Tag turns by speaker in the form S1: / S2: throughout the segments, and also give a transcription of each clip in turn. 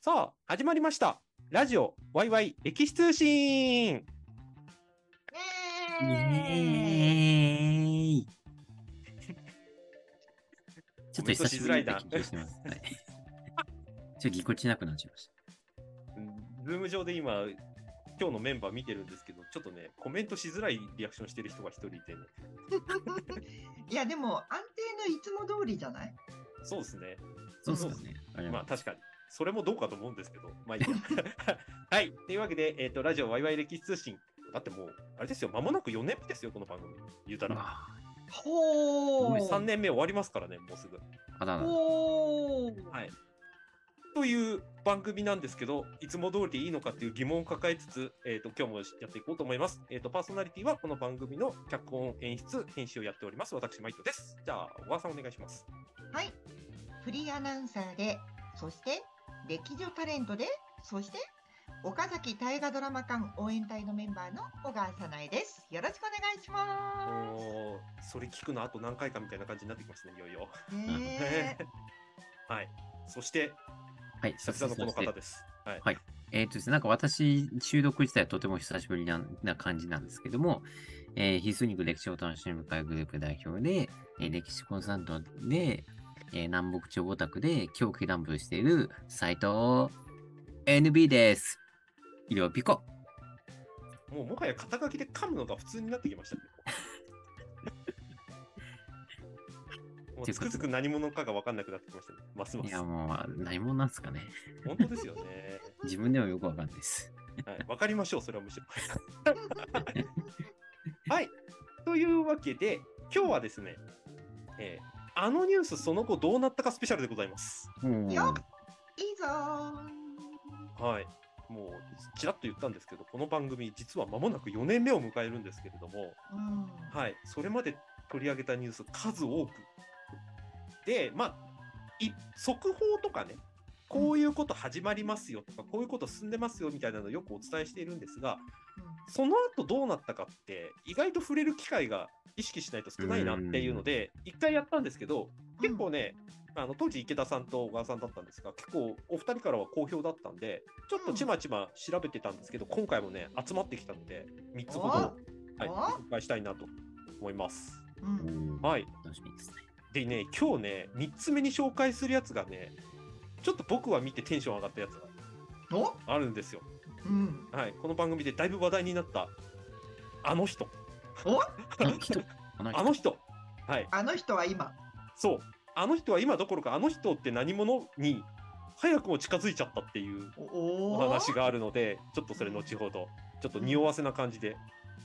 S1: さあ、始まりました。ラジオ、ワイワイ、歴史通信。
S2: イエ
S3: ねえ
S2: ー イちょっと久しぶりに緊張してます。はい、ちょっとぎこちなくなっちゃいまし
S1: ズーム上で今、今日のメンバー見てるんですけど、ちょっとね、コメントしづらいリアクションしてる人が一人いてね。
S3: いやでも安定のいつも通りじゃない
S1: そうですね。
S2: た。そうですかね。あれ
S1: まあ
S2: は。
S1: 確かに。それもどうかと思うんですけど、まあいい やはい。というわけで、えっ、と、ラジオワイワイ歴史通信。だってもう、あれですよ、間もなく4年目ですよ、この番組。言うたら。
S2: あ
S3: ほ
S2: ご
S3: う
S2: めん
S1: 3年目終わりますからね、もうすぐ。
S2: あだだ。
S3: ほう
S1: はいという番組なんですけど、いつも通りでいいのかっていう疑問を抱えつつ、えっ、と、今日もやっていこうと思います。えっ、と、パーソナリティはこの番組の脚本、演出、編集をやっております。私、マイトです。じゃあ、小川さんお願いします。
S3: はいフリーアナウンサーでそして歴女タレントでそして岡崎大河ドラマ館応援隊のメンバーの小川さなえですよろしくお願いしま
S1: おーそれ聞くのあと何回かみたいな感じになってきますね、いよいよ。
S3: すね
S1: はい。そして、
S2: はい、
S1: 久々のこの
S2: そして
S1: 方です。はい。
S2: えっ、とですね、なんか私、収録自体はとても久しぶりなな感じなんですけども、えー、ヒスニック歴史を楽しむ会グループ代表で、えー歴史コンサルタントで、えー南北朝オタクで狂気乱舞している斎藤 NB です。医療ピコ。
S1: もうもはや肩書きで噛むのが普通になってき ましたね。もうつくづく何者かが分かんなくなってきましたね。ますま
S2: い
S1: す
S2: や、。もう、何者なんですかね。
S1: 本当ですよね。
S2: 自分でもよくわかんないです。
S1: はい、わかりましょう、それはむしろ。はい。というわけで、今日はですね、えーあのニュースその後どうなったかスペシャルでございます。
S2: うん
S3: よっいいぞー
S1: はい。もう、ちらっと言ったんですけど、この番組、実は間もなく4年目を迎えるんですけれども、
S3: うん
S1: はい、それまで取り上げたニュース数多く。で、まあ、い速報とかね、こういうこと始まりますよとか、こういうこと進んでますよみたいなのをよくお伝えしているんですが、その後どうなったかって、意外と触れる機会が意識しないと少ないなっていうので、一回やったんですけど、結構ね、あの当時池田さんと小川さんだったんですが、結構お二人からは好評だったんで、ちょっとちまちま調べてたんですけど、今回もね、集まってきたので、3つほど、はい、
S3: お
S1: ご紹介したいなと思います。
S3: うんうん
S2: は。
S1: はいい。
S2: 楽しみですね。
S1: でね、今日ね、3つ目に紹介するやつがね、ちょっと僕は見てテンション上がったやつが
S3: お
S1: あるんですよ。
S3: うん
S1: はい。この番組でだいぶ話題になった、あの人。
S3: お
S2: あの人、あの人
S1: あの人。はい。
S3: あの人は今
S1: そう。あの人は今どころか、あの人って何者に早くも近づいちゃったっていう
S3: お
S1: お
S3: お
S1: 話があるので、ちょっとそれ後ほど、ちょっと匂わせな感じで、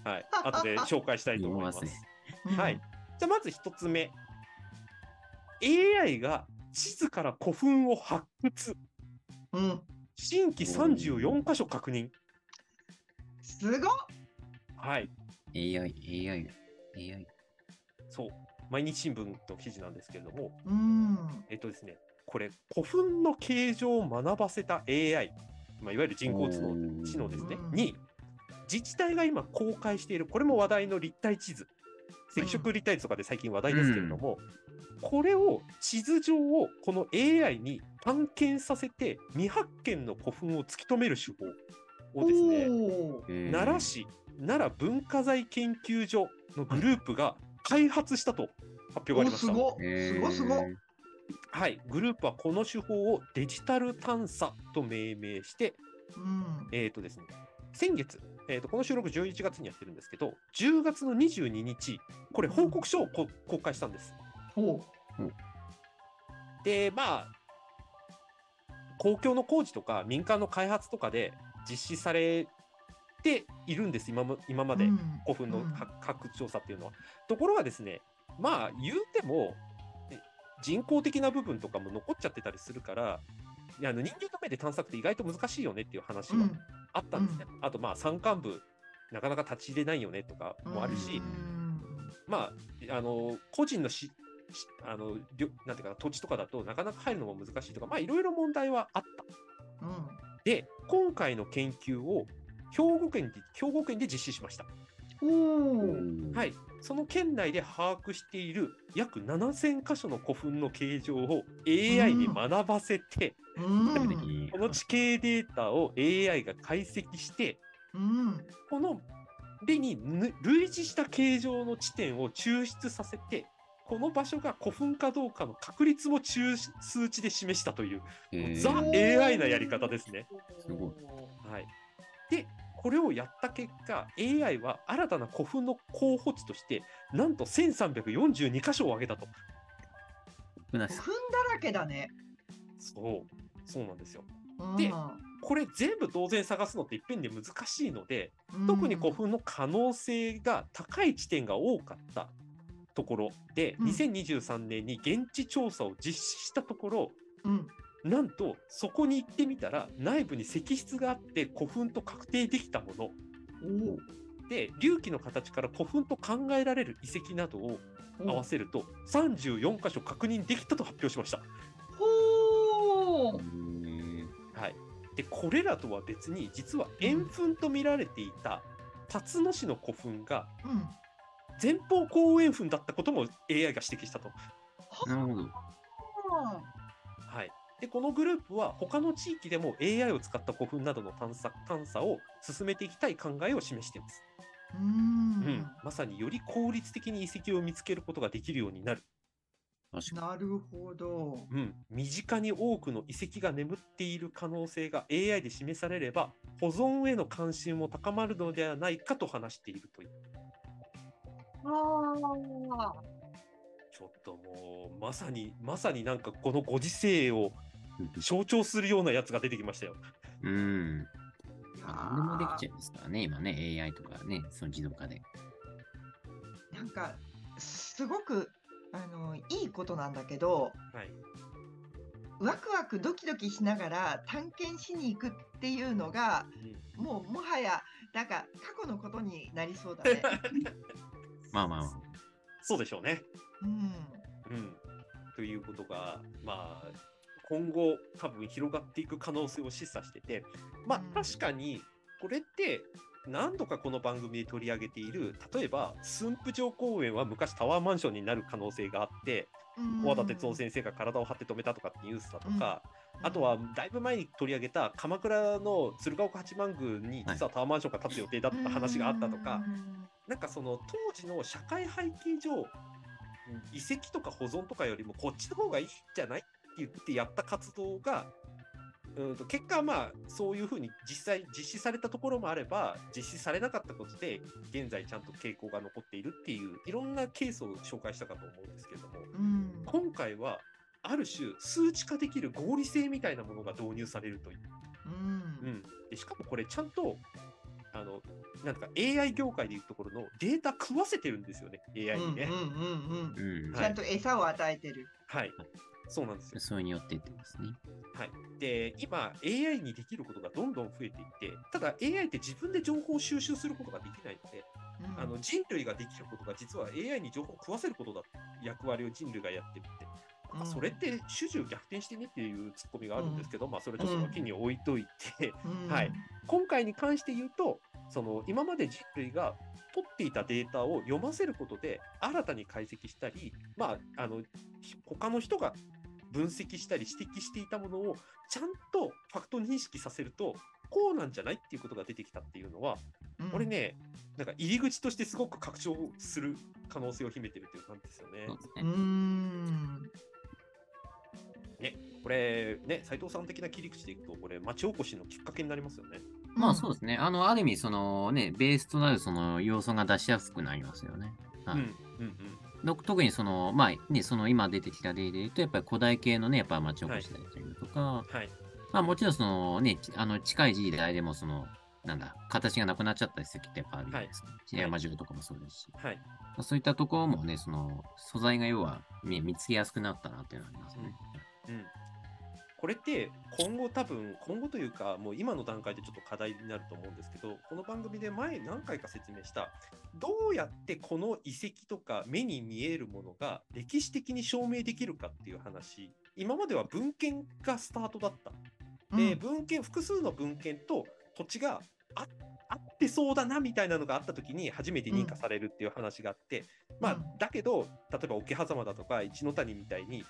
S1: はい。後で紹介したいと思いま
S2: 匂わ
S1: す
S2: せ。
S1: はい。じゃあまず一つ目。AI が地図から古墳を発掘。
S3: うん
S1: 新規34箇所確認。
S3: すごっ
S1: はい。
S2: AI、AI、AI。
S1: そう。毎日新聞の記事なんですけれども、
S3: うん
S1: えっとですね、これ、古墳の形状を学ばせた AI、まあ、いわゆる人工知能知能ですね
S3: う、ん
S1: に、自治体が今公開している、これも話題の立体地図、赤色立体図とかで最近話題ですけれども、これを地図上をこの AI に探検させて、未発見の古墳を突き止める手法をですね、
S3: おー
S2: 奈
S1: 奈良市奈良文化財研究所のグループが開発したと発表があり
S3: お
S1: まし
S3: す
S1: た。
S3: ごっ
S2: え
S3: す
S2: ー
S3: ごすごっ
S1: はい、グループはこの手法をデジタル探査と命名して、
S3: うん
S1: えーとですね、先月、えーとこの収録11月にやってるんですけど、10月の22日、これ、報告書をこ公開したんです。
S3: ほ
S1: で、まあ、公共の工事とか民間の開発とかで実施されているんです、今も今ま
S3: う
S1: で。
S3: うん
S1: 古墳の
S3: うん
S1: 発発掘調査っていうのは。ところがですね、まあ言うてもえ人工的な部分とかも残っちゃってたりするから、いやあの人間の目で探索って意外と難しいよねっていう話はあったんですね。あとまあ山間部なかなか立ち入れないよねとか
S3: うん
S1: もあるし、
S3: うん
S1: まああの個人のししあのりょなんていうかな土地とかだとなかなか入るのも難しいとか、まあいろいろ問題はあった。
S3: うん
S1: で今回の研究を兵庫県で兵庫県で実施しました。
S3: おー
S2: は。
S1: はいい、その県内で把握している約7000箇所の古墳の形状を AI に学ばせて、
S3: うん
S2: 的い
S1: この地形データを AI が解析して、
S3: うん。
S1: このでにぬ類似した形状の地点を抽出させて、この場所が古墳かどうかの確率も抽出数値で示したという、
S2: え
S1: ザ
S2: ー
S1: AI なやり方ですね。
S2: すごい
S1: はい、でこれをやった結果 AI は新たな古墳の候補地としてなんと1342箇所を挙げたと
S2: 少な
S3: 古
S2: す
S3: 墳だらけだね。
S1: そうそうなんですよ
S3: うん
S1: でこれ全部当然探すのっていっぺんで難しいので
S3: うん
S1: 特に古墳の可能性が高い地点が多かったところで
S3: うん
S1: 2023年に現地調査を実施したところ
S3: うん。
S1: なんとそこに行ってみたら内部に石室があって古墳と確定できたもの
S3: お
S1: で隆起の形から古墳と考えられる遺跡などを
S3: お
S1: 合わせると34箇所確認できたと発表しました。
S3: ほー
S1: はい、でこれらとは別に実は円墳と見られていた辰野市の古墳が
S3: うん。
S1: 前方後円墳だったことも AI が指摘したと。
S2: なるほど。
S1: はいでこのグループは他の地域でも AI を使った古墳などの探査探査を進めていきたい考えを示しています、
S3: う
S1: うんん。まさにより効率的に遺跡を見つけることができるようになる
S2: 確か
S3: なるほど。
S1: うん、身近に多くの遺跡が眠っている可能性が AI で示されれば保存への関心も高まるのではないかと話しているという
S3: あ
S1: ちょっともうまさにまさになんかこのご時世を
S2: に。
S1: 象徴するようなやつが出てきましたよ。
S2: うん。
S3: ー
S2: 何でもできちゃいますからね、今ね、AI とかね、その自動化で。
S3: なんかすごくあのいいことなんだけど
S1: はい、
S3: ワクワクドキドキしながら探検しに行くっていうのがもうもはやなんか過去のことになりそうだね。
S2: まあまあま
S1: そうでしょうね。
S3: う
S1: う
S3: ん、
S1: ん、ということがまあ今後多分広がっていく可能性を示唆しててまあ
S3: うん
S1: 確かにこれって何度かこの番組で取り上げている例えば駿府城公園は昔タワーマンションになる可能性があって
S3: うん
S1: 小和田哲夫先生が体を張って止めたとかってニュースだとか、あとはだいぶ前に取り上げた鎌倉の鶴岡八幡宮に実はタワーマンションが建つ予定だった話があったとか、なんかその当時の社会背景上、遺跡とか保存とかよりもこっちの方がいいんじゃないって言ってやった活動が、うんと結果まあそういうふうに実際実施されたところもあれば、実施されなかったことで現在ちゃんと傾向が残っているっていういろんなケースを紹介したかと思うんですけれども、
S3: うん
S1: 今回はある種数値化できる合理性みたいなものが導入されるという。
S3: うん
S1: うん、でしかもこれちゃんとあのなんか AI 業界でいうところのデータ食わせてるんですよね AI にね、
S3: うんうんうんうん
S2: あ。
S1: は
S3: ち
S2: うん
S1: い。
S3: ゃんと餌を与えてる。
S1: はいそうなんですよ
S2: それによってってですね。
S1: で今 AI にできることがどんどん増えていってただ AI って自分で情報を収集することができないので
S3: うん
S1: あの人類ができることが実は AI に情報を食わせることだって役割を人類がやってるって
S3: うん
S1: それって主従逆転してねっていうツッコミがあるんですけど、まあそれちょっと脇に置いといて、
S3: うん
S1: はい今回に関して言うとその今まで人類が取っていたデータを読ませることで新たに解析したり、まあ、あのひ他の人が分析したり指摘していたものをちゃんとファクト認識させるとこうなんじゃないっていうことが出てきたっていうのは
S3: うん
S1: これねなんか入り口としてすごく拡張する可能性を秘めてるという感じですよね
S2: そう。です
S3: う
S2: ね。
S3: ん
S1: これね斉藤さん的な切り口でいくとこれ町おこしのきっかけになりますよね。
S2: まあそうですね。あの、ある意味、そのね、ベースとなるその要素が出しやすくなりますよね。
S1: う
S2: は
S1: ん
S2: い。
S1: うんうん
S2: の特にその、まあね、その今出てきた例で言うと、やっぱり古代系のね、やっぱ町おこしだったりとか、
S1: はい
S2: まあもちろんそのね、ちあの近い時代でもその、なんだ、形がなくなっちゃった遺跡ってやっぱあるじゃないですか。
S1: い
S2: 山城とかもそうですし。
S1: はい
S2: まあそういったところもね、その素材が要は、ね、見つけやすくなったなっていうのはありますね。
S1: うん、これって今後多分今後というかもう今の段階でちょっと課題になると思うんですけどこの番組で前何回か説明したどうやってこの遺跡とか目に見えるものが歴史的に証明できるかっていう話今までは文献がスタートだったで、文献複数の文献と土地がああってそうだなみたいなのがあった時に初めて認可されるっていう話があって、まあ
S3: うん
S1: だけど例えば桶狭間だとか一ノ谷みたいに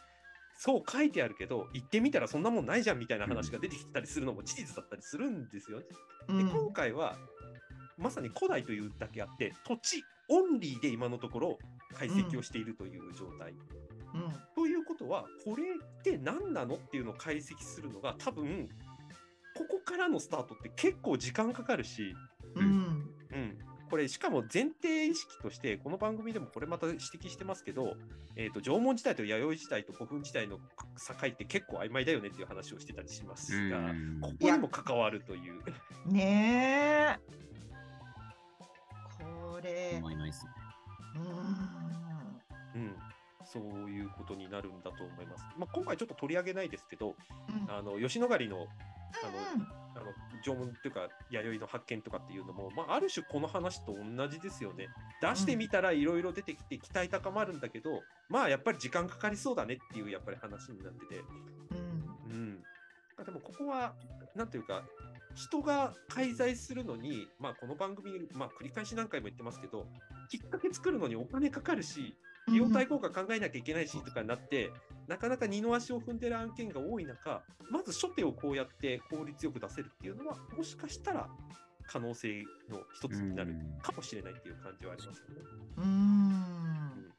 S1: そう書いてあるけど、行ってみたらそんなもんないじゃんみたいな話が出てきたりするのも事実だったりするんですよね。
S3: う
S1: で、
S3: ん
S1: 今回は、まさに古代というだけあって、土地オンリーで今のところ解析をしているという状態。
S3: うん
S1: ということは、これって何なのっていうのを解析するのが、多分、ここからのスタートって結構時間かかるし、
S3: うん
S1: うん、これしかも前提意識としてこの番組でもこれまた指摘してますけど、えー、と縄文時代と弥生時代と古墳時代の境って結構曖昧だよねっていう話をしてたりしますが、
S2: うん
S1: ここにも関わるという
S3: ねえこれ
S2: 思いますね。
S3: うん
S1: うん、そういうことになるんだと思います。まあ、今回ちょっと取り上げないですけど
S3: うん
S1: あの吉野ヶ里のあ
S3: うん
S1: のあの縄文というか弥生の発見とかっていうのも、まあ、ある種この話と同じですよね。出してみたらいろいろ出てきて期待高まるんだけど、まあやっぱり時間かかりそうだねっていうやっぱり話になってて。
S3: うん
S1: うん、でもここは何というか人が介在するのに、まあ、この番組、まあ、繰り返し何回も言ってますけどきっかけ作るのにお金かかるし費用対効果考えなきゃいけないしとかになってなかなか二の足を踏んでる案件が多い中まず初手をこうやって効率よく出せるっていうのはもしかしたら可能性の一つになる
S2: うん
S1: かもしれないっていう感じはありますよね。
S3: うん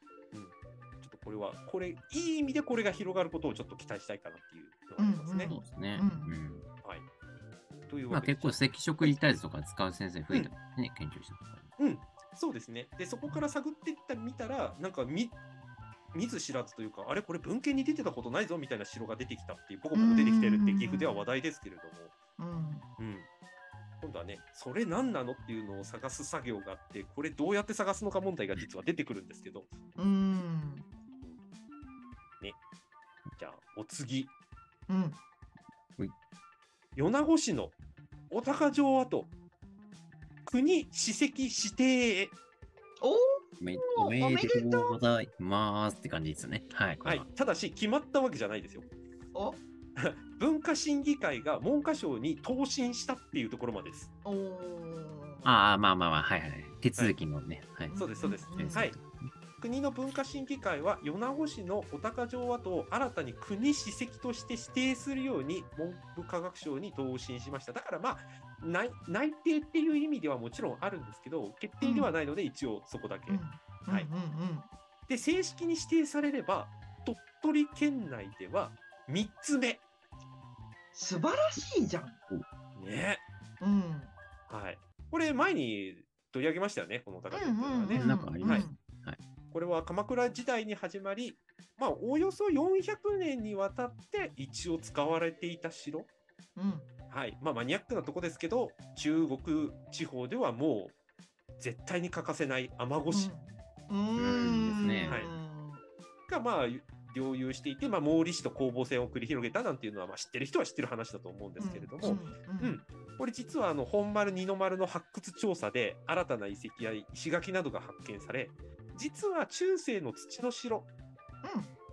S1: ちょっとこれはこれいい意味でこれが広がることをちょっと期待したいかなっていうのがありますね。
S3: うん
S2: そうで
S3: う
S2: すね。うんん。
S1: はい。という
S2: まあ
S1: わけで
S2: 結構赤色理体図とか使う先生増えてますね、研究者とか。
S1: うん、そうですね。で、そこから探ってった見たら、なんか見、見ず知らずというか、あれ、これ文献に出てたことないぞみたいな城が出てきたっていう、ボコボコ出てきてるって岐阜では話題ですけれども、
S3: うん
S1: うん。今度はね、それ何なのっていうのを探す作業があって、これどうやって探すのか問題が実は出てくるんですけど、
S3: うん
S1: じゃあ、お次、
S3: うん
S1: 米子市の小高城跡、国史跡指定へ。
S3: おー
S2: おめ
S3: お
S2: お
S3: めでとう
S2: めでとうございますって感じですね。はい。こ
S1: は
S2: れ
S1: い、ただし、決まったわけじゃないですよ。
S3: お
S1: 文化審議会が文科省に答申したっていうところまでです。
S3: おー
S2: ああ、まあまあまあ、はいはい。手続きのね。はい。
S1: そうです、そうです
S3: うん。
S1: はい。国の文化審議会は米子市の小高城跡を新たに国史跡として指定するように文部科学省に答申しました。だからまあ内内定っていう意味ではもちろんあるんですけど決定ではないので一応そこだけ。
S3: うん
S1: はい
S3: うんうん
S1: で正式に指定されれば鳥取県内では3つ目。
S3: 素晴らしいじゃん
S1: ね。
S3: うん
S1: はい。これ前に取り上げましたよねこの高城っていうのは
S3: う
S1: ね
S3: ん。
S2: なんかあります
S1: これは鎌倉時代に始まり、まあ、おおよそ400年にわたって一応使われていた城、
S3: うん
S1: はいまあ、マニアックなとこですけど中国地方ではもう絶対に欠かせない雨
S3: う
S1: 越し
S3: んうん
S2: うんですね
S1: はいがまあ領有していて、まあ、毛利氏と攻防戦を繰り広げたなんていうのは、まあ、知ってる人は知ってる話だと思うんですけれども、
S3: うんうん
S1: これ実はあの本丸二の丸の発掘調査で新たな遺跡や石垣などが発見され実は中世の土の城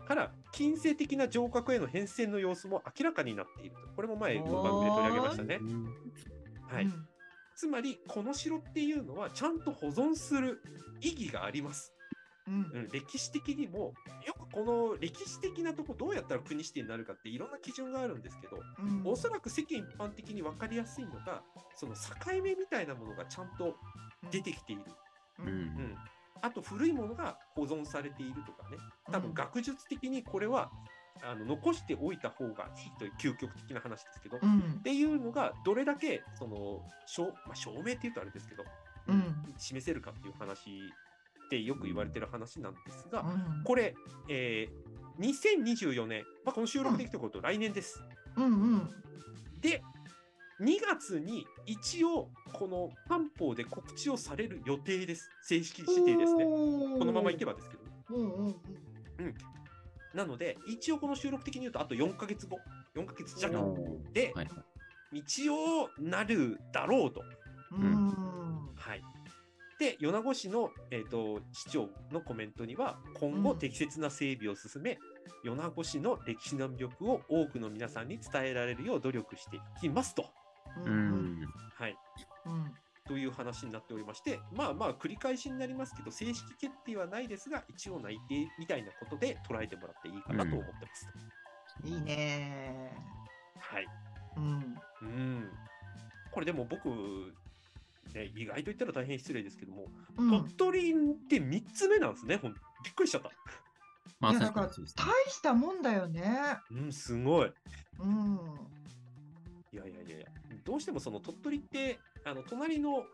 S1: から近世的な城郭への変遷の様子も明らかになっているとこれも前この番組で取り上げましたね
S2: う、ん
S1: はいつまりこの城っていうのはちゃんと保存する意義があります、
S3: うんうん
S1: うん、歴史的にもよくこの歴史的なとこどうやったら国指定になるかっていろんな基準があるんですけど
S3: うん
S1: おそらく世間一般的に分かりやすいのがその境目みたいなものがちゃんと出てきている、
S3: う
S2: うん
S1: うんん、あと古いものが保存されているとかね多分学術的にこれは、あの残しておいた方がいいという究極的な話ですけど、
S3: う
S1: っ
S3: ん
S1: ていうのがどれだけその証,、まあ、証明っていうとあれですけど、
S3: うん
S1: 示せるかっていう話ってよく言われてる話なんですが、
S3: うん
S1: これ、えー2024年、まあ、この収録できたこと来年です。
S3: うんうん
S1: で2月に一応この官報で告知をされる予定です正式指定ですねこ
S3: こ
S1: のままいけ
S3: ば
S1: ばですけどね
S3: うんうん
S1: なので、一応この収録的に言うと、あと4ヶ月後、4ヶ月
S2: お
S1: 弱
S2: ー
S1: で、
S2: はい
S1: 一応なるだろうと。
S3: うんうん
S1: はい。で、米子市の、えー、と市長のコメントには、今後
S3: うん
S1: 適切な整備を進め、米子市の歴史の魅力を多くの皆さんに伝えられるよう努力していきますと。
S2: うん。
S1: はい。
S3: うん
S1: という話になっておりまして、まあまあ繰り返しになりますけど、正式決定はないですが、一応内定みたいなことで捉えてもらっていいかなと思ってます。
S3: いいね
S1: はい。
S3: ー。うん。
S1: うん。これでも僕、ね、意外と言ったら大変失礼ですけども、
S3: うん、
S1: 鳥取って3つ目なんですね、ほんびっくりしちゃった。
S2: まあ、
S3: いや
S2: 確か
S3: だ
S2: に
S3: から
S2: そうですね。
S3: 大したもんだよね。
S1: うん、すごい。
S3: うん。
S1: いやいやいやいや、どうしてもその鳥取って、あの隣の、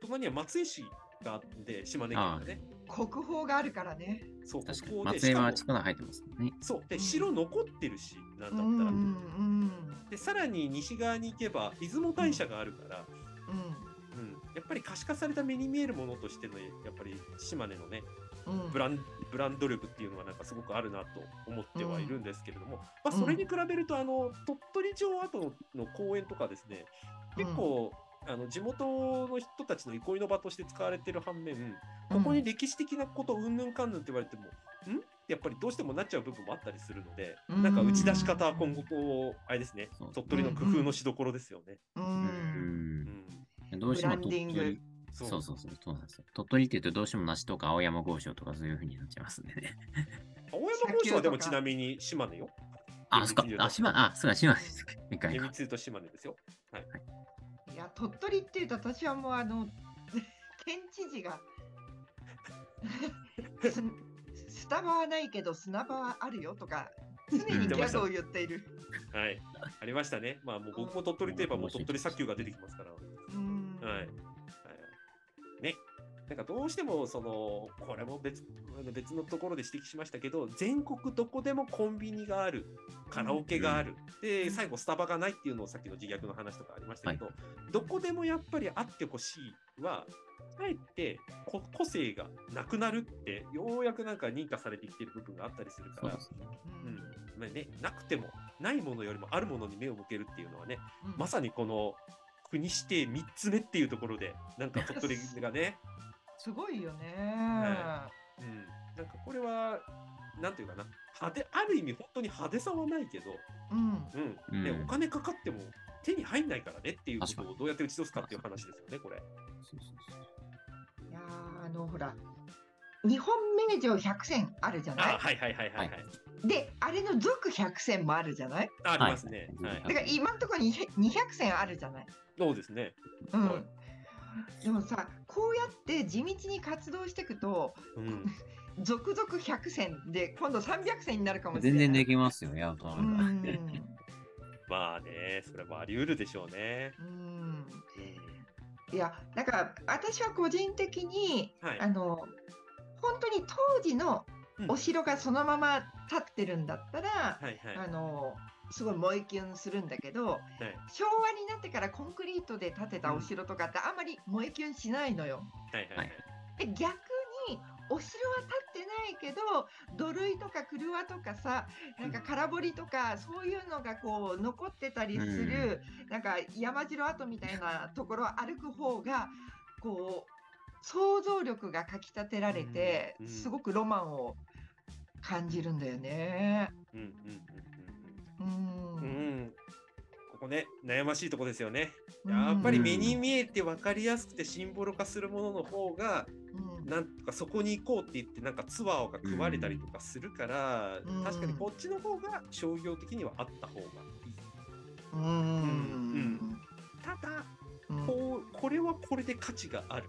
S1: 隣には松江市があって、島根県がね、
S3: 国宝があるからね。
S1: そう、
S2: 確か
S1: こ
S2: に。
S1: こで、
S2: 松
S1: しか
S2: 山
S1: も
S2: は力入ってますもんね。
S1: そう、
S3: う
S1: で、
S3: ん
S1: 城残ってるし、なん
S3: う
S1: だ
S3: んう
S1: ったら。
S3: ん
S1: で、さらに西側に行けば、出雲大社があるから、
S3: うん
S1: うん、やっぱり可視化された目に見えるものとしての、やっぱり島根のね、
S3: うん。うん。
S1: ブランブランド力っていうのがなんかすごくあるなと思ってはいるんですけれども、まあ、それに比べるとあの鳥取城跡の公園とかですね
S3: うん
S1: 結構、あの地元の人たちの憩いの場として使われてる反面ここに歴史的なことうんぬんかんぬんって言われても、んってやっぱりどうしてもなっちゃう部分もあったりするので、
S3: うん
S1: なんか打ち出し方は今後こうあれですね
S2: そう
S1: 鳥取の工夫のしどころですよね。
S3: う。
S2: うん。
S1: うんん
S2: どうしても
S3: ブランディン
S2: 鳥
S3: グ
S2: 取。
S1: そ
S2: そうそうそう、そうなんですよ。鳥取って言うとどうしても梨とか青山豪商とかそういう風になっちゃいますんでね。
S1: 青山豪商はでも
S3: 砂丘とか
S1: ちなみに島根よ。
S2: あ、そっか
S1: 厳密に言う。と
S2: あ、島根、あ、そうだ、島根です。一回
S1: 厳
S2: か
S1: 密。に言うと島根ですよ。
S3: いや、鳥取っていうと、私はもうあの、県知事が、すスタバはないけど砂場はあるよとか、常にギャグを言っている。
S1: はい、ありましたね。まあ、もう僕も鳥取といえば、もう鳥取砂丘が出てきますから。は
S3: うん。
S1: い。はい、ね。なんかどうしても、その、これも別、別のところで指摘しましたけど、全国どこでもコンビニがある、カラオケがある、で、最後スタバがないっていうのをさっきの自虐の話とかありましたけど、どこでもやっぱりあってほしいは、かえってこ個性がなくなるって、ようやくなんか認可されてきてる部分があったりするか
S2: そう
S1: ら
S2: で、すね。
S1: うんまあね、なくてもないものよりもあるものに目を向けるっていうのはね
S3: うん
S1: まさにこの国指定3つ目っていうところでなんか鳥取がね、
S3: すごいよね。
S1: はうん、なんかこれはなんていうかな派手ある意味本当に派手さはないけど、
S3: うん。
S1: うんね
S2: うん
S1: お金かかっても手に入んないからねっていうこ
S2: 確か
S1: と
S2: に
S1: をどうやって打ち出すかっていう話ですよねこれ。
S2: そうそうそう。
S3: いやーあの、ほら、日本名城百選あるじゃな
S1: あ
S3: い
S1: はいはいはいはいは。
S2: はい
S3: で、あれの続百選もあるじゃない
S1: あありますね。は
S2: はいい
S3: だから今んところに200選あるじゃない
S1: そうですね。
S3: う
S1: はい
S3: ん。でもさ、こうやって地道に活動していくと、
S1: うん、
S3: 続々100戦で今度300戦になるかもしれ
S2: 全
S3: ない。
S2: 然できますよ、やると
S3: う
S2: な
S3: ー
S2: れば。
S3: ん
S1: まあねそれもあり得るでしょうね。
S3: うーん
S1: うん
S3: いやだから私は個人的に
S1: はい
S3: あ。の本当に当時の
S1: うん
S3: お城がそのまま立ってるんだったら、
S1: はいはい。
S3: あのすごい萌えキュンするんだけど
S1: はい
S3: 昭和になってからコンクリートで建てたお城とかってあんまり萌えキュンしないのよ。
S1: はいはいはい。
S3: で逆にお城は建ってないけど土塁とか車とかさなんか空堀とかそういうのがこう残ってたりする、なんか山城跡みたいなところを歩く方がこう想像力がかきたてられて、
S1: うんうん
S3: すごくロマンを感じるんだよね。
S1: うんうんうんうんうん。
S3: う
S1: うんん、ここね悩ましいとこですよね。やっぱり
S2: うん
S1: 目に見えて分かりやすくてシンボル化するものの方が
S3: うん
S1: なんとかそこに行こうって言ってなんかツアーが組まれたりとかするから、
S3: うん
S1: 確かにこっちの方が商業的にはあった方がいい。
S3: うん
S1: んただ
S3: うん
S1: こうこれはこれで価値がある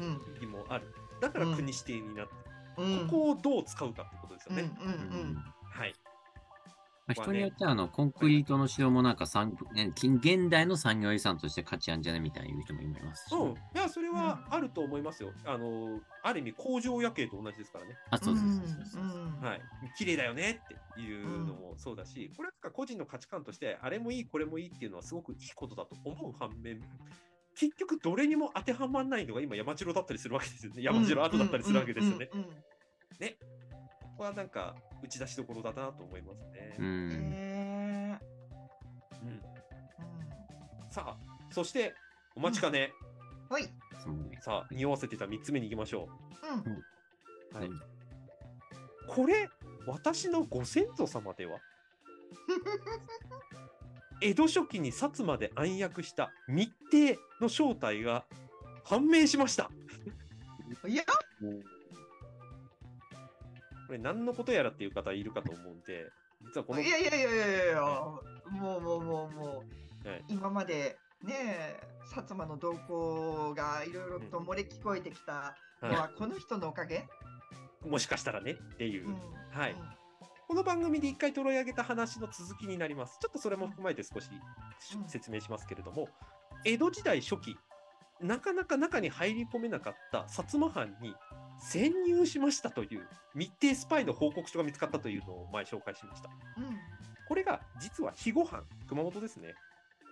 S3: うん
S1: 意義もある。だから
S3: うん
S1: 国指定になって、
S3: うん
S1: ここをどう使うかってことですよ
S3: うんう
S1: ね。
S2: うん
S3: ん
S2: ま
S1: はい。
S2: あ、人によってはあのコンクリートの城もなんか産ね近現代の産業遺産として価値あるんじゃないみたいな言う人も今いますし、
S1: うん、いやそれはあると思いますよ。あのある意味工場夜景と同じですからね。
S2: あ
S3: う
S2: そ
S3: ん
S2: うそうそうそう、
S3: うん
S1: はい、綺麗だよねっていうのもそうだし、これはなんか個人の価値観としてあれもいいこれもいいっていうのはすごくいいことだと思う反面結局どれにも当てはまらないのが今山城だったりするわけですよね山城跡だったりするわけですよね。
S3: うんうんうんうん
S1: ここはなんか打ち出しどころだなと思いますね。
S2: う
S3: へ
S2: ん
S3: え
S1: うんさあそしてお待ちかね、
S3: うんほい。
S2: そうね
S1: さあ匂わせてた3つ目に行きましょ
S3: うん。
S1: う。はい
S2: うん、
S1: これ私のご先祖様では江戸初期に薩摩で暗躍した密偵の正体が判明しました。
S3: いや、
S1: これ何のことやらっていう方いるかと思うんで、実はこの、
S3: いやいやいやいやいやいや、もうもうもうもう、
S1: はい
S3: 今までねえ、薩摩の動向がいろいろと漏れ聞こえてきたのは、この人のおかげ、
S1: もしかしたらねっていうう、
S3: ん
S1: はい。この番組で一回取り上げた話の続きになります。ちょっとそれも踏まえて少し
S3: うん
S1: 説明しますけれども、江戸時代初期、なかなか中に入り込めなかった薩摩藩に潜入しましたという密偵スパイの報告書が見つかったというのを前紹介しました。
S3: うんうん
S1: これが実は肥後藩、熊本ですね。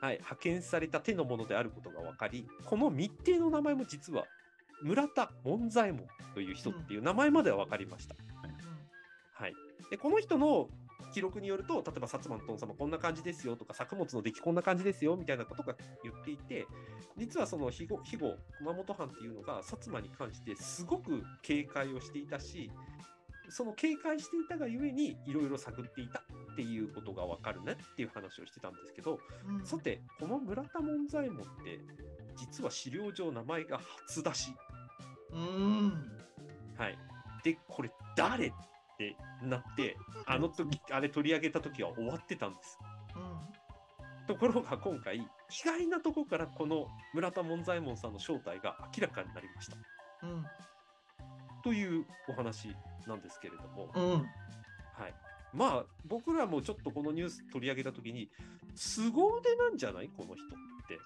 S1: はい、派遣された手のものであることが分かり、この密偵の名前も実は村田門左衛門という人っていう名前までは分かりました。はい、でこの人の記録によると、例えば薩摩の殿様こんな感じですよとか、作物の出来こんな感じですよみたいなことが言っていて、実はその肥後、肥後熊本藩っていうのが薩摩に関してすごく警戒をしていたし、その警戒していたがゆえにいろいろ探っていたっていうことがわかるねっていう話をしてたんですけど、
S3: うんうん
S1: さて、この村田門左衛門って、実は資料上名前が初出し。
S3: うん
S1: はい。で、これ誰ってなって、あの時、あれ取り上げた時は終わってたんです。ところが今回、意外なとこからこの村田門左衛門さんの正体が明らかになりました。
S3: うん
S1: というお話なんですけれども、
S3: うんうん
S1: はい。まあ、僕らもちょっとこのニュース取り上げた時に、凄腕なんじゃないこの人っ て。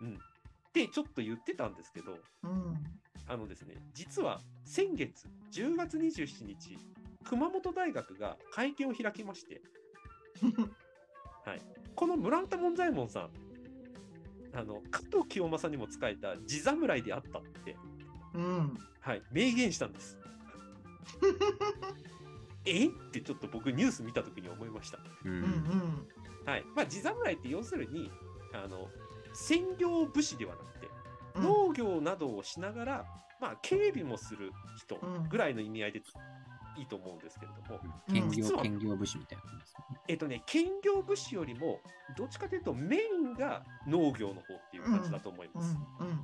S1: うん。ってちょっと言ってたんですけど、
S3: うん
S1: あのですね、実は先月10月27日、熊本大学が会見を開きまして、この村田門左衛門さん、あの加藤清正にも仕えた地侍であったって、
S3: うん
S1: はい、明言したんです。えってちょっと僕ニュース見た時に思いました。
S2: う
S3: うんんうん
S1: はいまあ、地侍って要するにあの専業武士ではなくて
S3: うん
S1: 農業などをしながら、まあ、警備もする人
S3: うん
S1: ぐらいの意味合いでいいと思うんですけれども、
S3: うん
S2: 兼
S1: 実
S2: 業
S1: は
S2: 兼業武士みたいな感じですね
S1: えっとね、兼業武士よりもどっちかというとメインが農業の方っていう感じだと思いま
S3: う
S1: す。
S3: んうん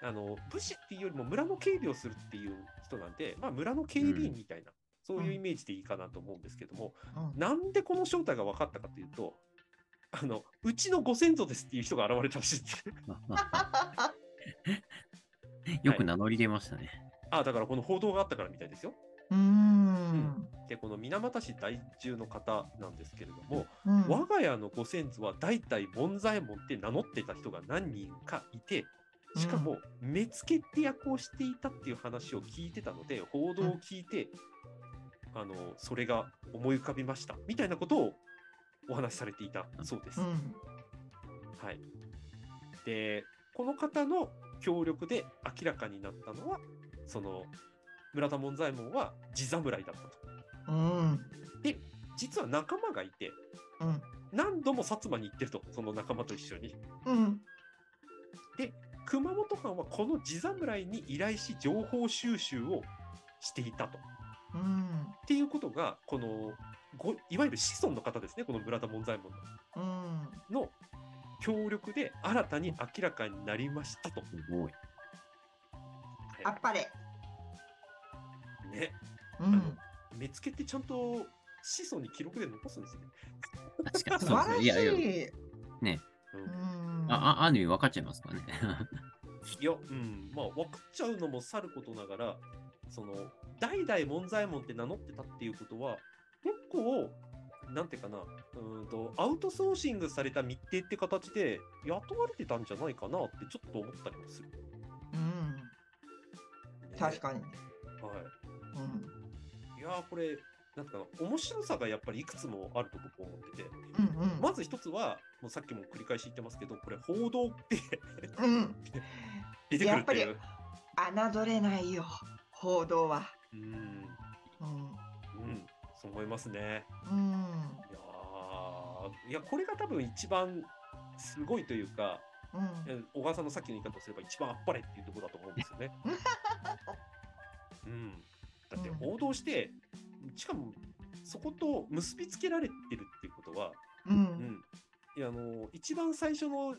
S1: あの武士っていうよりも村の警備をするっていう人なんで、まあ、村の警備員みたいな、そういうイメージでいいかなと思うんですけども、
S3: うん
S1: なんでこの正体が分かったかというとあのうちのご先祖ですっていう人が現れたらしいんです。
S2: まあまあよく名乗り出ましたね。
S1: あだからこの報道があったからみたいですよ。
S3: うん
S1: でこの水俣市在住の方なんですけれども、
S3: うん
S1: 我が家のご先祖は代々門左衛門って名乗ってた人が何人かいてしかも目付けって役をしていたっていう話を聞いてたので報道を聞いて、あのそれが思い浮かびましたみたいなことをお話しされていたそうです。
S3: うん
S1: はい、でこの方の協力で明らかになったのはその村田門左衛門は地侍だったと。
S3: うん
S1: 実は仲間がいて
S3: うん
S1: 何度も薩摩に行ってるとその仲間と一緒に。
S3: うん
S1: 熊本藩はこの地侍に依頼し情報収集をしていたと。
S3: うん
S1: っていうことがこのごいわゆる子孫の方ですねこの村田門左衛門
S3: うん
S1: のの協力で新たに明らかになりましたと。
S2: すごい。
S3: あっぱれ
S1: ね、
S3: うん
S1: 目付けってちゃんと子孫に記録で残すんですね。
S2: 確かに
S3: 素
S2: そう
S3: 晴
S2: で
S3: ら
S2: すね。
S3: し
S2: いやいや、
S3: い
S1: うん
S3: うん
S2: あ、あ、あに分かっちゃいますからね。
S1: いや、うん、まあ、分かっちゃうのもさることながら、その、代々門左衛門って名乗ってたっていうことは、結構、なんていうかな、うーんと、アウトソーシングされた密偵って形で雇われてたんじゃないかなってちょっと思ったりもする。
S3: うん確かに
S1: に。は
S3: うん
S1: い。いやー、これ、なんていうかな、面白さがやっぱりいくつもあると僕思ってて、
S3: うんうん
S1: まず一つは、もうさっきも繰り返し言ってますけど、これ、報道って
S3: うん
S1: 出てくるってい
S3: やっ
S1: う。
S3: 侮れないよ報道は
S1: うん、
S3: うん
S1: うん、そう思いますね。
S3: うん
S1: いやーいやこれが多分一番すごいというか、
S3: うん
S1: え小川さんのさっきの言い方をすれば一番あっぱれっていうところだと思うんですよね。うん、だって報道して、しかもそこと結びつけられてるっていうことは、
S3: う。
S1: うんん、いやあの一番最初の、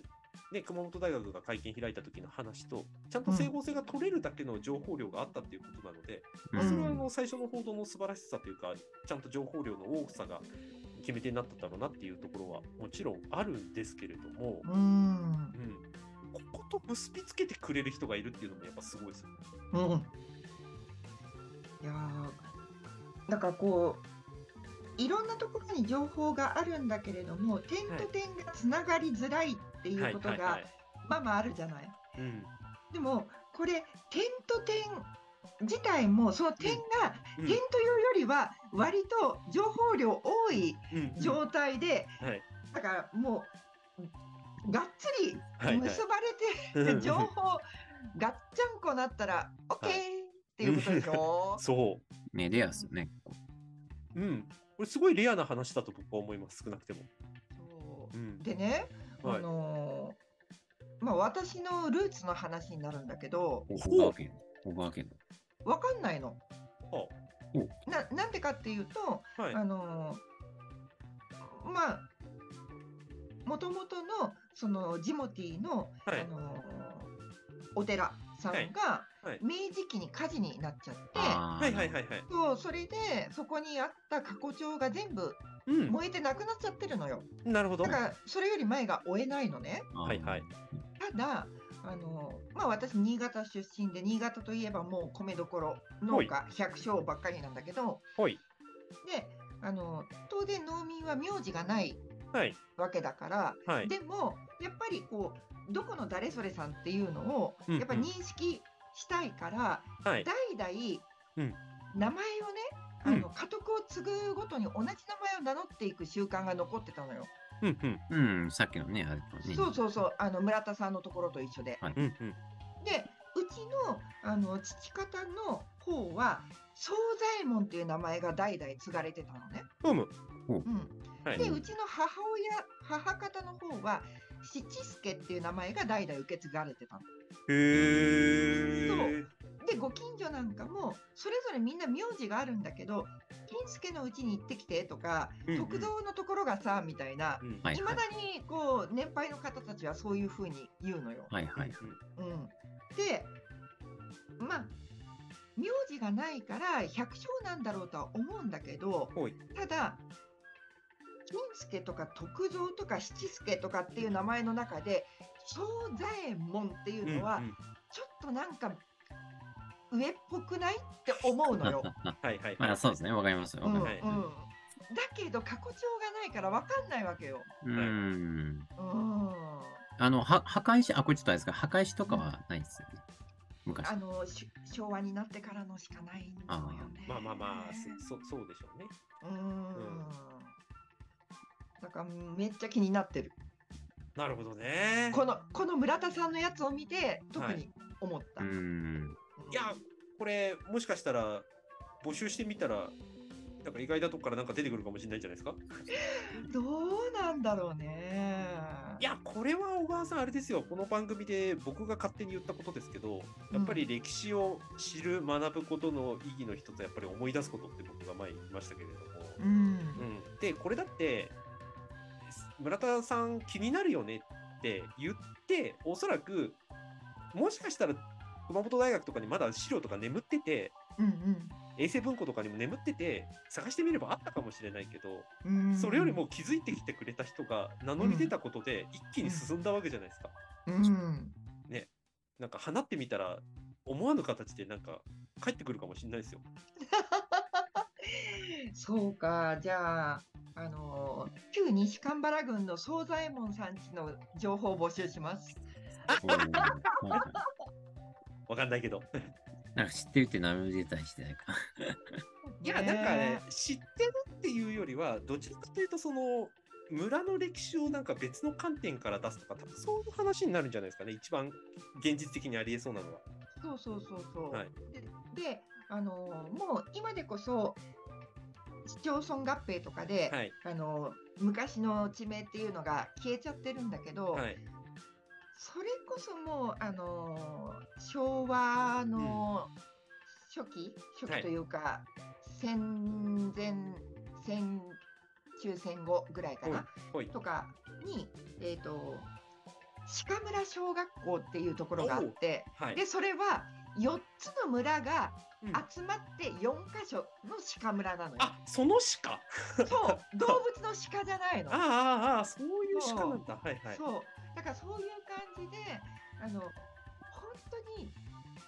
S1: ね、熊本大学が会見開いた時の話とちゃんと整合性が取れるだけの情報量があったっていうことなので、まあそれはあの最初の報道の素晴らしさというかちゃんと情報量の多さが決め手になったんだろうなっていうところはもちろんあるんですけれども、
S3: うん。
S1: うん、ここと結びつけてくれる人がいるっていうのもやっぱすごいですよね。
S3: うん。いやーなんかこういろんなところに情報があるんだけれども点と点がつながりづらいっていうこと
S1: はいはいは
S3: が
S1: い
S3: まあまああるじゃない。
S1: うん
S3: でもこれ点と点自体もその点が
S1: う
S3: 点
S1: ん
S3: というよりは割と情報量多い
S1: うん
S3: 状態で
S1: はい
S3: だからもうがっつり
S1: はいはい
S3: 結ばれてで情報がっちゃんこなったら OK っ
S1: い
S3: ていうことでしょ
S1: そ
S2: ね、レアっすよね。
S1: う、うん、これすごいレアな話だと僕は思います少なくても。
S3: そう
S1: うん
S3: でね、
S1: はい
S3: あのーまあ私のルーツの話になるんだけど
S2: オ
S1: ほう
S2: バーケン。オバーケン。
S3: わかんないの
S1: あ。
S3: ななんでかっていうと、
S1: はい
S3: あのーまあもともとのそのジモティーの、
S1: はい
S3: あのーお寺さん
S1: はい
S3: が
S1: はい
S3: 明治期に火事になっちゃって、
S2: あー
S1: はいはいはいはい。
S3: そうそれでそこにあった過去帳が全部
S1: うん、
S3: 燃えてなくなっちゃってるのよ。
S1: なるほど。
S3: だからそれより前が追えないのね。
S2: あー
S1: はいはい。
S3: ただあのまあ私新潟出身で新潟といえばもう米どころ農家百姓ばっかりなんだけど
S1: ほい。
S3: であの当然農民は名字がない
S1: はい。
S3: わけだから、
S1: はい。
S3: でもやっぱりこうどこの誰それさんっていうのを
S1: うん
S3: やっぱ認識したいから、
S1: はい。
S3: 代々、
S1: うん
S3: 名前をねあ
S1: うん
S3: の家督を継ぐごとに同じ名前を名乗っていく習慣が残ってたのよ。
S1: うんうん。
S2: うん、さっきのね、あれとね。
S3: そうそうそうあの村田さんのところと一緒で。
S1: うんうん。
S3: でうちのあの父方の方は惣左衛門っていう名前が代々継がれてたのね。
S1: ふむ。
S3: うん、
S1: はい。
S3: で
S1: う
S3: うちの母親母方の方は七助っていう名前が代々受け継がれてたの。
S1: へー。
S3: でご近所なんかもそれぞれみんな名字があるんだけど金助のうちに行ってきてとか
S1: うんうん
S3: 徳蔵のところがさみたいな。
S1: うん
S2: はい
S3: いま
S2: はい
S3: だ。にこう年配の方たちはそういうふうに言うのよ。
S2: はいはい。
S3: うん、でまあ名字がないから百姓なんだろうとは思うんだけど
S1: ほい。
S3: ただ金助とか徳蔵とか七助とかっていう名前の中で正左衛門っていうのは
S1: うんうん
S3: ちょっとなんか上っぽくないって思う のよ。
S1: はいはい
S2: ま
S1: は
S2: あ
S1: い。
S2: そうですね、わかりますよ。
S3: うんうん、
S2: わ
S3: だ
S2: かり
S1: い
S3: けど過去帳がないから分かんないわけよ。
S2: ますうん。
S3: うん
S2: あの、は墓石、あ、これちょっとあれですか、墓石とかはないですよね。昔
S3: あ。のし昭和になってからのしかないのよね。
S1: まあまあまあ、そ、そそうでしょうね。
S3: うーん。なんかめっちゃ気になってる。
S1: なるほどね。
S3: このこの村田さんのやつを見て特に思った。
S2: う
S3: うん
S2: ん。
S1: いや、これ、もしかしたら、募集してみたら、なんか意外なとこからなんか出てくるかもしれないんじゃないですか
S3: どうなんだろうね。
S1: いや、これは小川さん、あれですよ。この番組で僕が勝手に言ったことですけど、やっぱり歴史を知る、学ぶことの意義の一つは、やっぱり思い出すことって僕が前に言いましたけれども。
S3: うん、
S1: うん、でこれだって村田さん気になるよねって言っておそらくもしかしたら熊本大学とかにまだ資料とか眠ってて
S3: うん、
S1: 衛星文庫とかにも眠ってて探してみればあったかもしれないけど、
S3: うん、うん。
S1: それよりも気づいてきてくれた人が名乗り出たことで一気に進んだわけじゃないですか。
S3: うん、
S1: なんか放ってみたら思わぬ形でなんか帰ってくるかもしれないですよ。
S3: そうか、じゃあ。あの旧西蒲原郡の惣左衛門さんちの情報を募集します。
S2: おーなんか
S1: わかんないけど。
S2: なんか知ってるって名前出たりしてないか。
S1: いや、なんかね、知ってるっていうよりは、どちらかというと、その、村の歴史をなんか別の観点から出すとか、多分そういう話になるんじゃないですかね、一番現実的にありえそうなのは。
S3: そうそうそうそう。
S1: はい
S3: でであのーもう今でこそ市町村合併とかで、
S1: はい。
S3: あのー昔の地名っていうのが消えちゃってるんだけど、
S1: はい。
S3: それこそもうあのー昭和の初
S1: は
S3: 期、初
S1: い
S3: 期というか、戦前戦終戦後ぐらいかな、
S1: ほい。
S3: とかに、えー、と鹿村小学校っていうところがあって
S1: はい。
S3: でそれは4つの村が
S1: うん
S3: 集まって4か所の鹿村なのよ。
S1: あ、その鹿。
S3: そう動物の鹿じゃない の
S1: ああ。ああああ、そういう鹿なんだ。はいはい。
S3: そうだからそういう感じであの本当に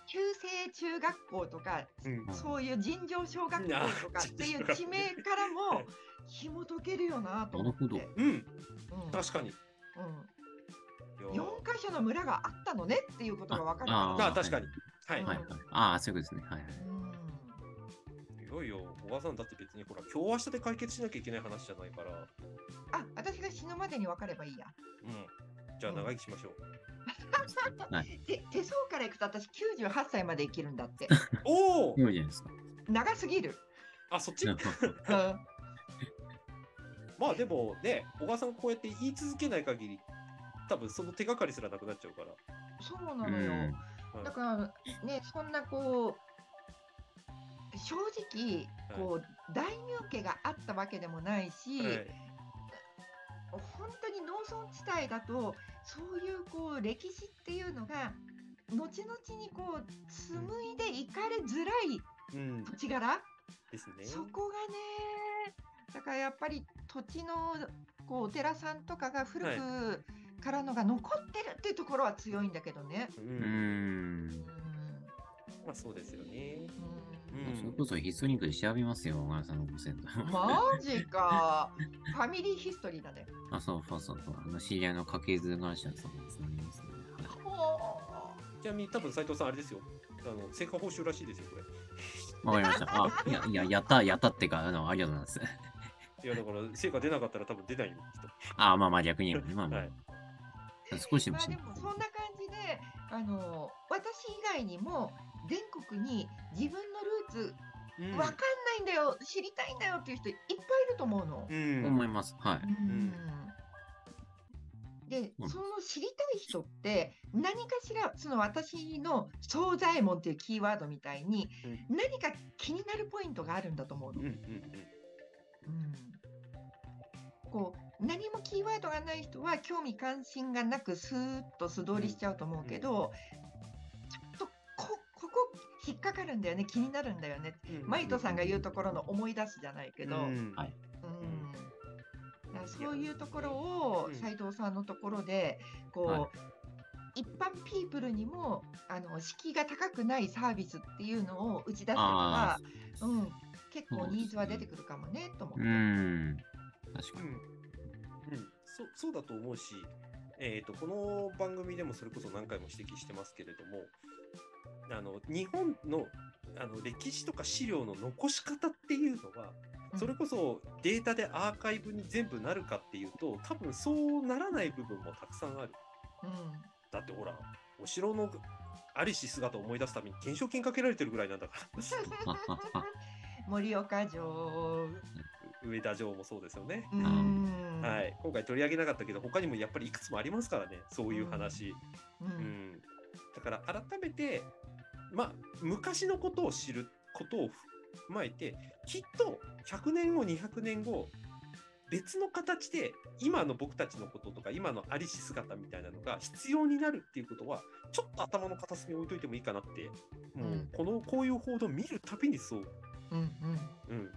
S3: 旧制中学校とか、
S1: うん
S3: そういう尋常小学校とかっていう地名からも紐解けるよなと思って。
S2: なる
S1: うん、
S3: うんうん
S1: 確かに。いや
S3: 4箇所の村があったのねっていうことが分かる
S2: あ
S1: ま
S3: か
S1: あ、確かに。はい。
S2: はいはい。ああ、そういうことですね。はいはい
S3: ら。うん
S1: いよいよ、小川さんだって別にほら、今日明日で解決しなきゃいけない話じゃないから。
S3: あ、私が死ぬまでに分かればいいや。
S1: うん。じゃあ、長生きしましょう。
S3: て手相からいくと私98歳まで生きるんだって。
S1: おお
S2: い。いじゃないですか。
S3: 長すぎる。
S1: あ、そっち。
S3: うん、
S1: まあ、でも、ね、小川さんこうやって言い続けない限り。多分その手がかりすらなくなっちゃうから。
S3: そうなのよ。
S2: うん
S1: うん
S3: だからね、そんなこう、正直、こう、大名家があったわけでもないし、
S1: はい
S3: 本当に農村地帯だとそういうこう歴史っていうのが後々にこう紡いでいかれづらい
S1: うん。
S3: 土地柄、
S1: ですね。
S3: そこがねだからやっぱり土地のこうお寺さんとかが古
S1: はい
S3: くからのが残ってるっていうところは強いんだけどね。
S1: う。
S2: うん。
S3: うんん
S1: まあ、そうですよね。う
S3: うん
S2: それ
S1: ん
S2: こ。そヒストリックで調べますよ、小川さんのご先祖。
S3: マジか。ファミリーヒストリーだね。
S2: あ、そうそうそうそう。あの知り合いの家系図会社さんですね。ありますね
S3: ほ
S1: ちなみに、多分斉藤さん、あれですよ。あの、成果報酬らしいですよ。これ。
S2: わかりました。あ、いや、いや、やった、やったってか、あの、ありがとうございます。
S1: いや、だから、成果出なかったら、多分出ないよ。きっと
S2: あ、まあまあ、逆に言えばね。まあまあ。
S1: はい
S2: 少しで
S3: うま
S2: も
S3: あ
S2: し
S3: でもそんな感じで、あの私以外にも全国に自分のルーツ
S1: うん
S3: わかんないんだよ、知りたいんだよっていう人いっぱいいると思うの。
S1: うん
S2: 思います。はい。
S3: うんで、
S2: うん
S3: その知りたい人って何かしらその私の「惣左衛門」っていうキーワードみたいに何か気になるポイントがあるんだと思う
S1: う
S3: の。
S1: んうんうん
S3: うんこう何もキーワードがない人は興味関心がなくスーッと素通りしちゃうと思うけど、ちょっとこここ引っかかるんだよね気になるんだよね
S1: うん
S3: マイトさんが言うところの思い出すじゃないけど、
S1: うん
S2: はい
S3: うん、だからそういうところを
S1: うん
S3: 斉藤さんのところでこう、
S2: は
S3: 一般ピープルにもあの敷居が高くないサービスっていうのを打ち出せた
S2: あ
S3: ら、うん、結構ニーズは出てくるかもねと思っ
S2: う
S3: て。
S2: ん。確か
S1: う
S2: に。
S1: んうん、そそうだと思うし、えー、とこの番組でもそれこそ何回も指摘してますけれどもあの日本のあの歴史とか資料の残し方っていうのは
S3: うん
S1: それこそデータでアーカイブに全部なるかっていうと多分そうならない部分もたくさんある。
S3: うん
S1: だってほらお城のありし姿を思い出すために懸賞金かけられてるぐらいなんだから
S3: 盛岡城、
S1: 上田城もそうですよね。
S3: うん、
S1: はい、今回取り上げなかったけど他にもやっぱりいくつもありますからねそういう話、
S3: う
S1: うん
S3: ん、
S1: だから改めて、まあ、昔のことを知ることを踏まえてきっと100年後200年後別の形で今の僕たちのこととか今のありし姿みたいなのが必要になるっていうことはちょっと頭の片隅に置いといてもいいかなっても
S3: うん
S1: うこのこういう報道見るたびにそう
S3: うん、うん、
S1: うん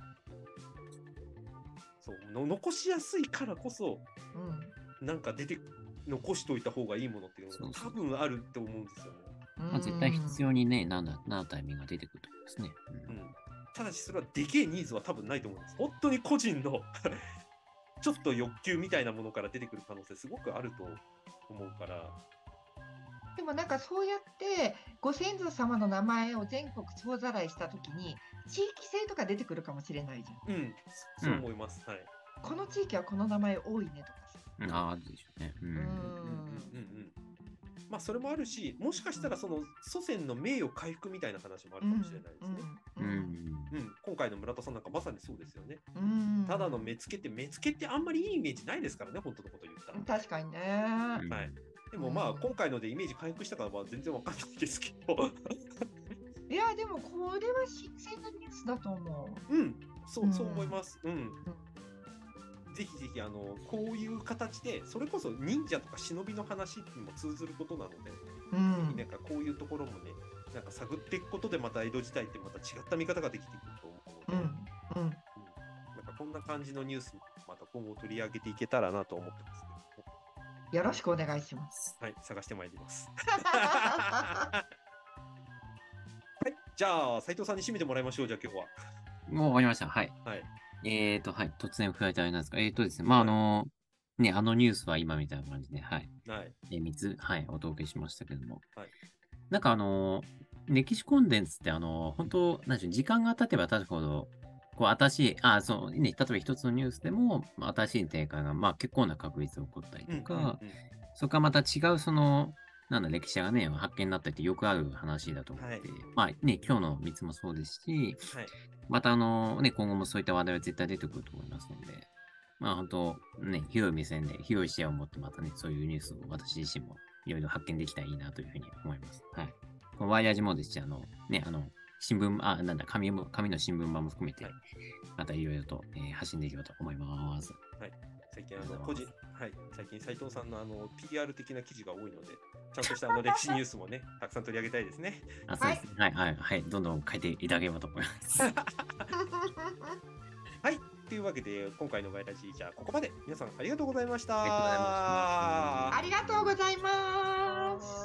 S1: そうの残しやすいからこそなんか出て残しといた方がいいものっていうのが
S2: そ
S1: 多
S2: う
S1: 分あるって思うんですよね。
S3: うん、
S2: まあ、絶対必要にね、なんだ、なるタイミングが出てくると思いますね。
S1: う
S2: うん
S1: ん、ただしそれはでけえニーズは多分ないと思います。本当に個人の ちょっと欲求みたいなものから出てくる可能性すごくあると思うから。
S3: でもなんかそうやってご先祖様の名前を全国総ざらいしたときに地域性とか出てくるかもしれないじゃ
S1: うん、そそう思います。はい。
S3: ん。この地域はこの名前多いねとかさ。
S2: うんああ、でしょうね。う
S3: うん
S2: ん。
S1: うんうんうんうん。まあそれもあるし、もしかしたらその祖先の名誉回復みたいな話もあるかもしれないですね。
S2: う
S3: うん
S2: ん。
S1: うん、今回の村田さんなんかまさにそうですよね。
S3: うん
S1: ただの目付けって目付けってあんまりいいイメージないですからね、本当のこと言ったら。
S3: 確かにね。
S2: うん
S1: はい。でもまあ、
S3: うん
S1: 今回のでイメージ回復したからは全然わかんないですけど。
S3: いやでもこれは新鮮なニュースだと思う。
S1: うん。そうう、
S3: ん
S1: そう思います。うん。ぜひぜひ、あの、こういう形で、それこそ忍者とか忍びの話にも通ずることなので、
S3: うん
S1: なんかこういうところもね、なんか探っていくことでまた江戸時代ってまた違った見方ができてくると思う
S3: う
S1: ので、
S3: んうん
S1: なんかこんな感じのニュースもまた今後取り上げていけたらなと思ってますけども
S3: よろしくお願いし ます。
S1: はい、探してまいり ます。はい、じゃあ斉藤さんに締めてもらいましょう。じゃあ今日は。
S2: もう終わりました。はい。
S1: はい。
S2: えーと、はい。突然加えてあれなんですか。えーとですね、まあ、あの、ね、あのニュースは今みたいな感じで、はい。
S1: はい。
S2: えー、3つ、はい、お届けしましたけども。
S1: はい
S2: なんかあのー、歴史コンテンツってあのー、本当なんでしょう、時間が経てば経つほど、こう、新しい、あ、そう、ね、例えば一つのニュースでも、まあ新しい展開が、まあ結構な確率で起こったりとか、
S1: うん
S2: そこからまた違う、その、なんだ、歴史がね、発見になったりってよくある話だと思って、
S1: はい
S2: まあね、今日の3つもそうですし、
S1: はい。
S2: またあの、ね、今後もそういった話題は絶対出てくると思いますので、まあ本当、ね、広い目線で、広い視野を持ってまたね、そういうニュースを私自身もいろいろ発見できたらいいなというふうに思います。はい。このワイヤージもですし、あの、ね、あの、新聞、あ、なんだ、紙も、紙の新聞版も含めて
S1: はい、
S2: またいろいろと、えー発信できればと思います。
S1: 最近あの個人はい最近斉藤さんのあの PR 的な記事が多いので、ちゃんと したあの歴史ニュースもねたくさん取り上げたいですね。
S2: あ、そうですね。はい、はい、はい。どんどん書いていただければと思います。
S1: というわけで今回のガイラジじゃあここまで皆さんありがとうございました。
S2: ありがとうござ
S3: あ
S2: いました
S3: りがとうございます。